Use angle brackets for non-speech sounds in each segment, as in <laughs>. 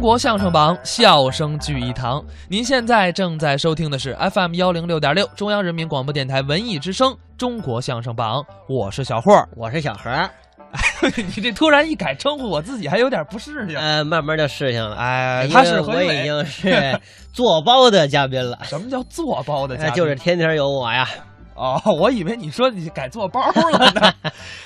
国相声榜，笑声聚一堂。您现在正在收听的是 FM 幺零六点六，中央人民广播电台文艺之声《中国相声榜》，我是小霍儿。我是小何， <laughs> 你这突然一改称呼，我自己还有点不适应。呃，慢慢就适应了。哎，因他是为何我已伟。经是 <laughs> 做包的嘉宾了， <laughs> 什么叫做包的嘉哎宾？就是天天有我呀。哦， <laughs> 我以为你说你改做包了呢。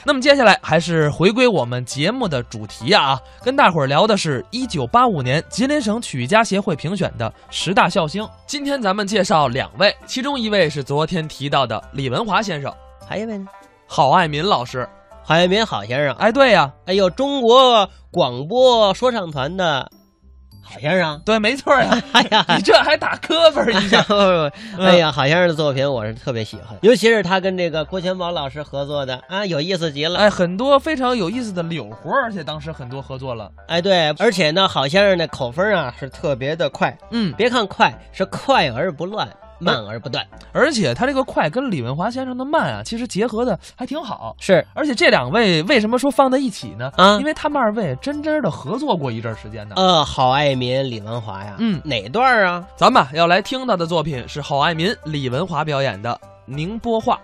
那么接下来还是回归我们节目的主题啊，跟大伙儿聊的是一九八五年吉林省曲艺家协会评选的十大笑星。今天咱们介绍两位，其中一位是昨天提到的李文华先生，还有一位呢，郝爱民老师。郝彦民郝先生，哎，对呀、哎呦，中国广播说唱团的郝先生。对，没错 <laughs> 呀、哎呀，你这还打磕巴一下。 <laughs> 哎呀，郝先生的作品我是特别喜欢，尤其是他跟这个郭全宝老师合作的啊，有意思极了。哎，很多非常有意思的柳活儿，而且当时很多合作了。哎，对，而且呢，郝先生的口分啊是特别的快，嗯，别看快，是快而不乱，慢而不断，而且他这个快跟李文华先生的慢啊，其实结合的还挺好。是而且这两位为什么说放在一起呢？啊因。为他们二位真真的合作过一阵儿时间呢。呃，郝爱民、李文华呀，嗯哪段儿啊？咱们啊要来听到的作品是郝爱民、李文华表演的《宁波话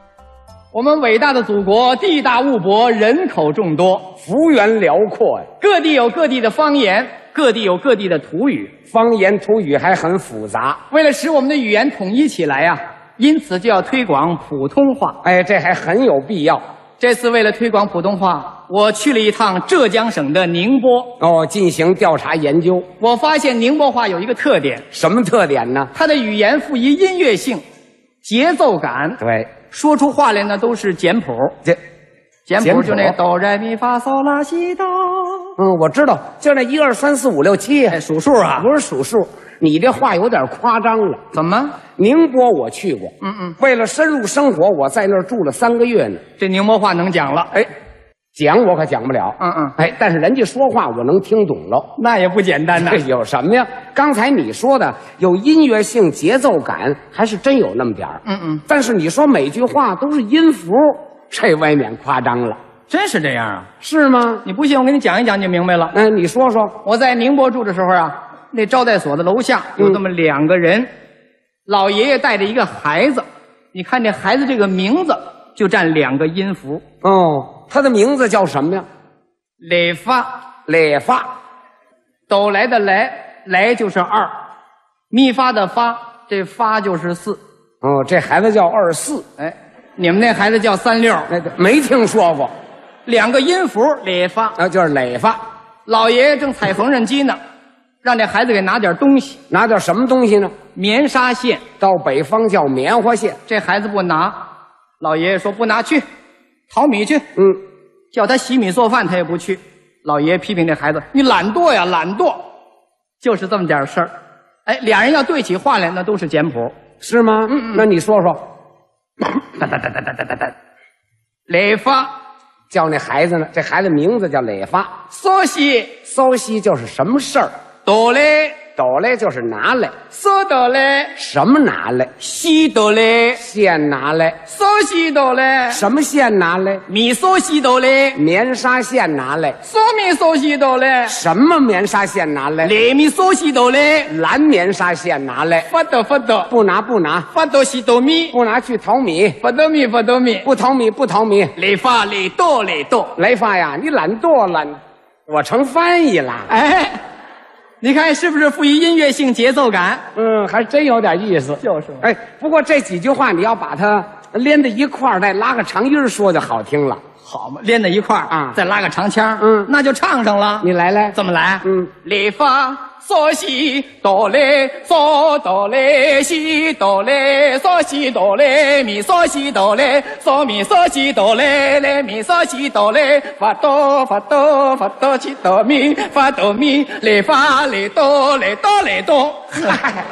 我们伟大的祖国地大物博，人口众多，幅员辽阔呀，各地有各地的方言，各地有各地的土语。方言土语还很复杂。为了使我们的语言统一起来呀、啊因此就要推广普通话。哎，这还很有必要这次为了推广普通话，我去了一趟浙江省的宁波，哦。进行调查研究，我发现宁波话有一个特点，什么特点呢？它的语言富于音乐性、节奏感，对，说出话来呢都是简谱，这，简简谱谱就那个哆来咪发嗦拉西哆。嗯，我知道，就那一二三四五六七，哎，数数啊，不是数数。你这话有点夸张了。怎么？宁波我去过，嗯嗯，为了深入生活，我在那儿住了三个月呢。这宁波话能讲了？哎，讲我可讲不了，嗯嗯哎，但是人家说话我能听懂喽。那也不简单呐 <laughs> 这。有什么呀？刚才你说的有音乐性、节奏感，还是真有那么点儿。嗯嗯。但是你说每句话都是音符，这未免夸张了，真是这样啊？是吗？你不信，我给你讲一讲，你就明白了。嗯，你说说。我在宁波住的时候啊，那招待所的楼下有这么两个人，老爷爷带着一个孩子，你看这孩子这个名字就占两个音符，哦，他的名字叫什么呀？累发理发。斗来的来，来就是二，咪发的发，这发就是四。哦，这孩子叫二四，哎，你们那孩子叫三六，那个没听说过，两个音符累发。那就是理发。老爷爷正踩缝纫机呢，让这孩子给拿点东西，拿点什么东西呢？棉纱线。到北方叫棉花线。这孩子不拿，老爷爷说不拿去，淘米去，嗯，叫他洗米做饭他也不去。老爷爷批评这孩子，你懒惰呀，懒惰，就是这么点事儿。哎，俩人要对起话来，那都是简谱。是吗？嗯嗯。那你说说，理发、叫那孩子呢？这孩子名字叫理发。嗦西、搜西就是什么事儿？哆来、抖来就是拿来，嗦哆来、什么拿来？西哆来、线拿来，嗦西哆来、什么线拿来？米嗦西哆来、棉纱线拿来，嗦米嗦西哆来、什么棉纱线拿来？来米嗦西哆来，蓝棉纱线拿来，发哆发哆，不拿不拿，发哆西哆咪，不拿去淘米，发哆咪发哆咪。不淘米不淘米。理发理剁理剁。雷发呀，你懒惰懒，我成翻译啦。哎，你看是不是富于音乐性、节奏感？嗯，还真有点意思。就是哎，不过这几句话你要把它连在一块儿，再拉个长音儿说就好听了。好嘛，连在一块儿啊再拉个长腔，嗯那就唱上了。你来来，怎么来？啊嗯，理发嗦西哆来嗦哆来西哆来嗦西哆来咪嗦西哆来嗦咪嗦西哆来来咪嗦西哆来发哆发哆发哆西哆咪发哆咪理发理哆理哆理哆。嗨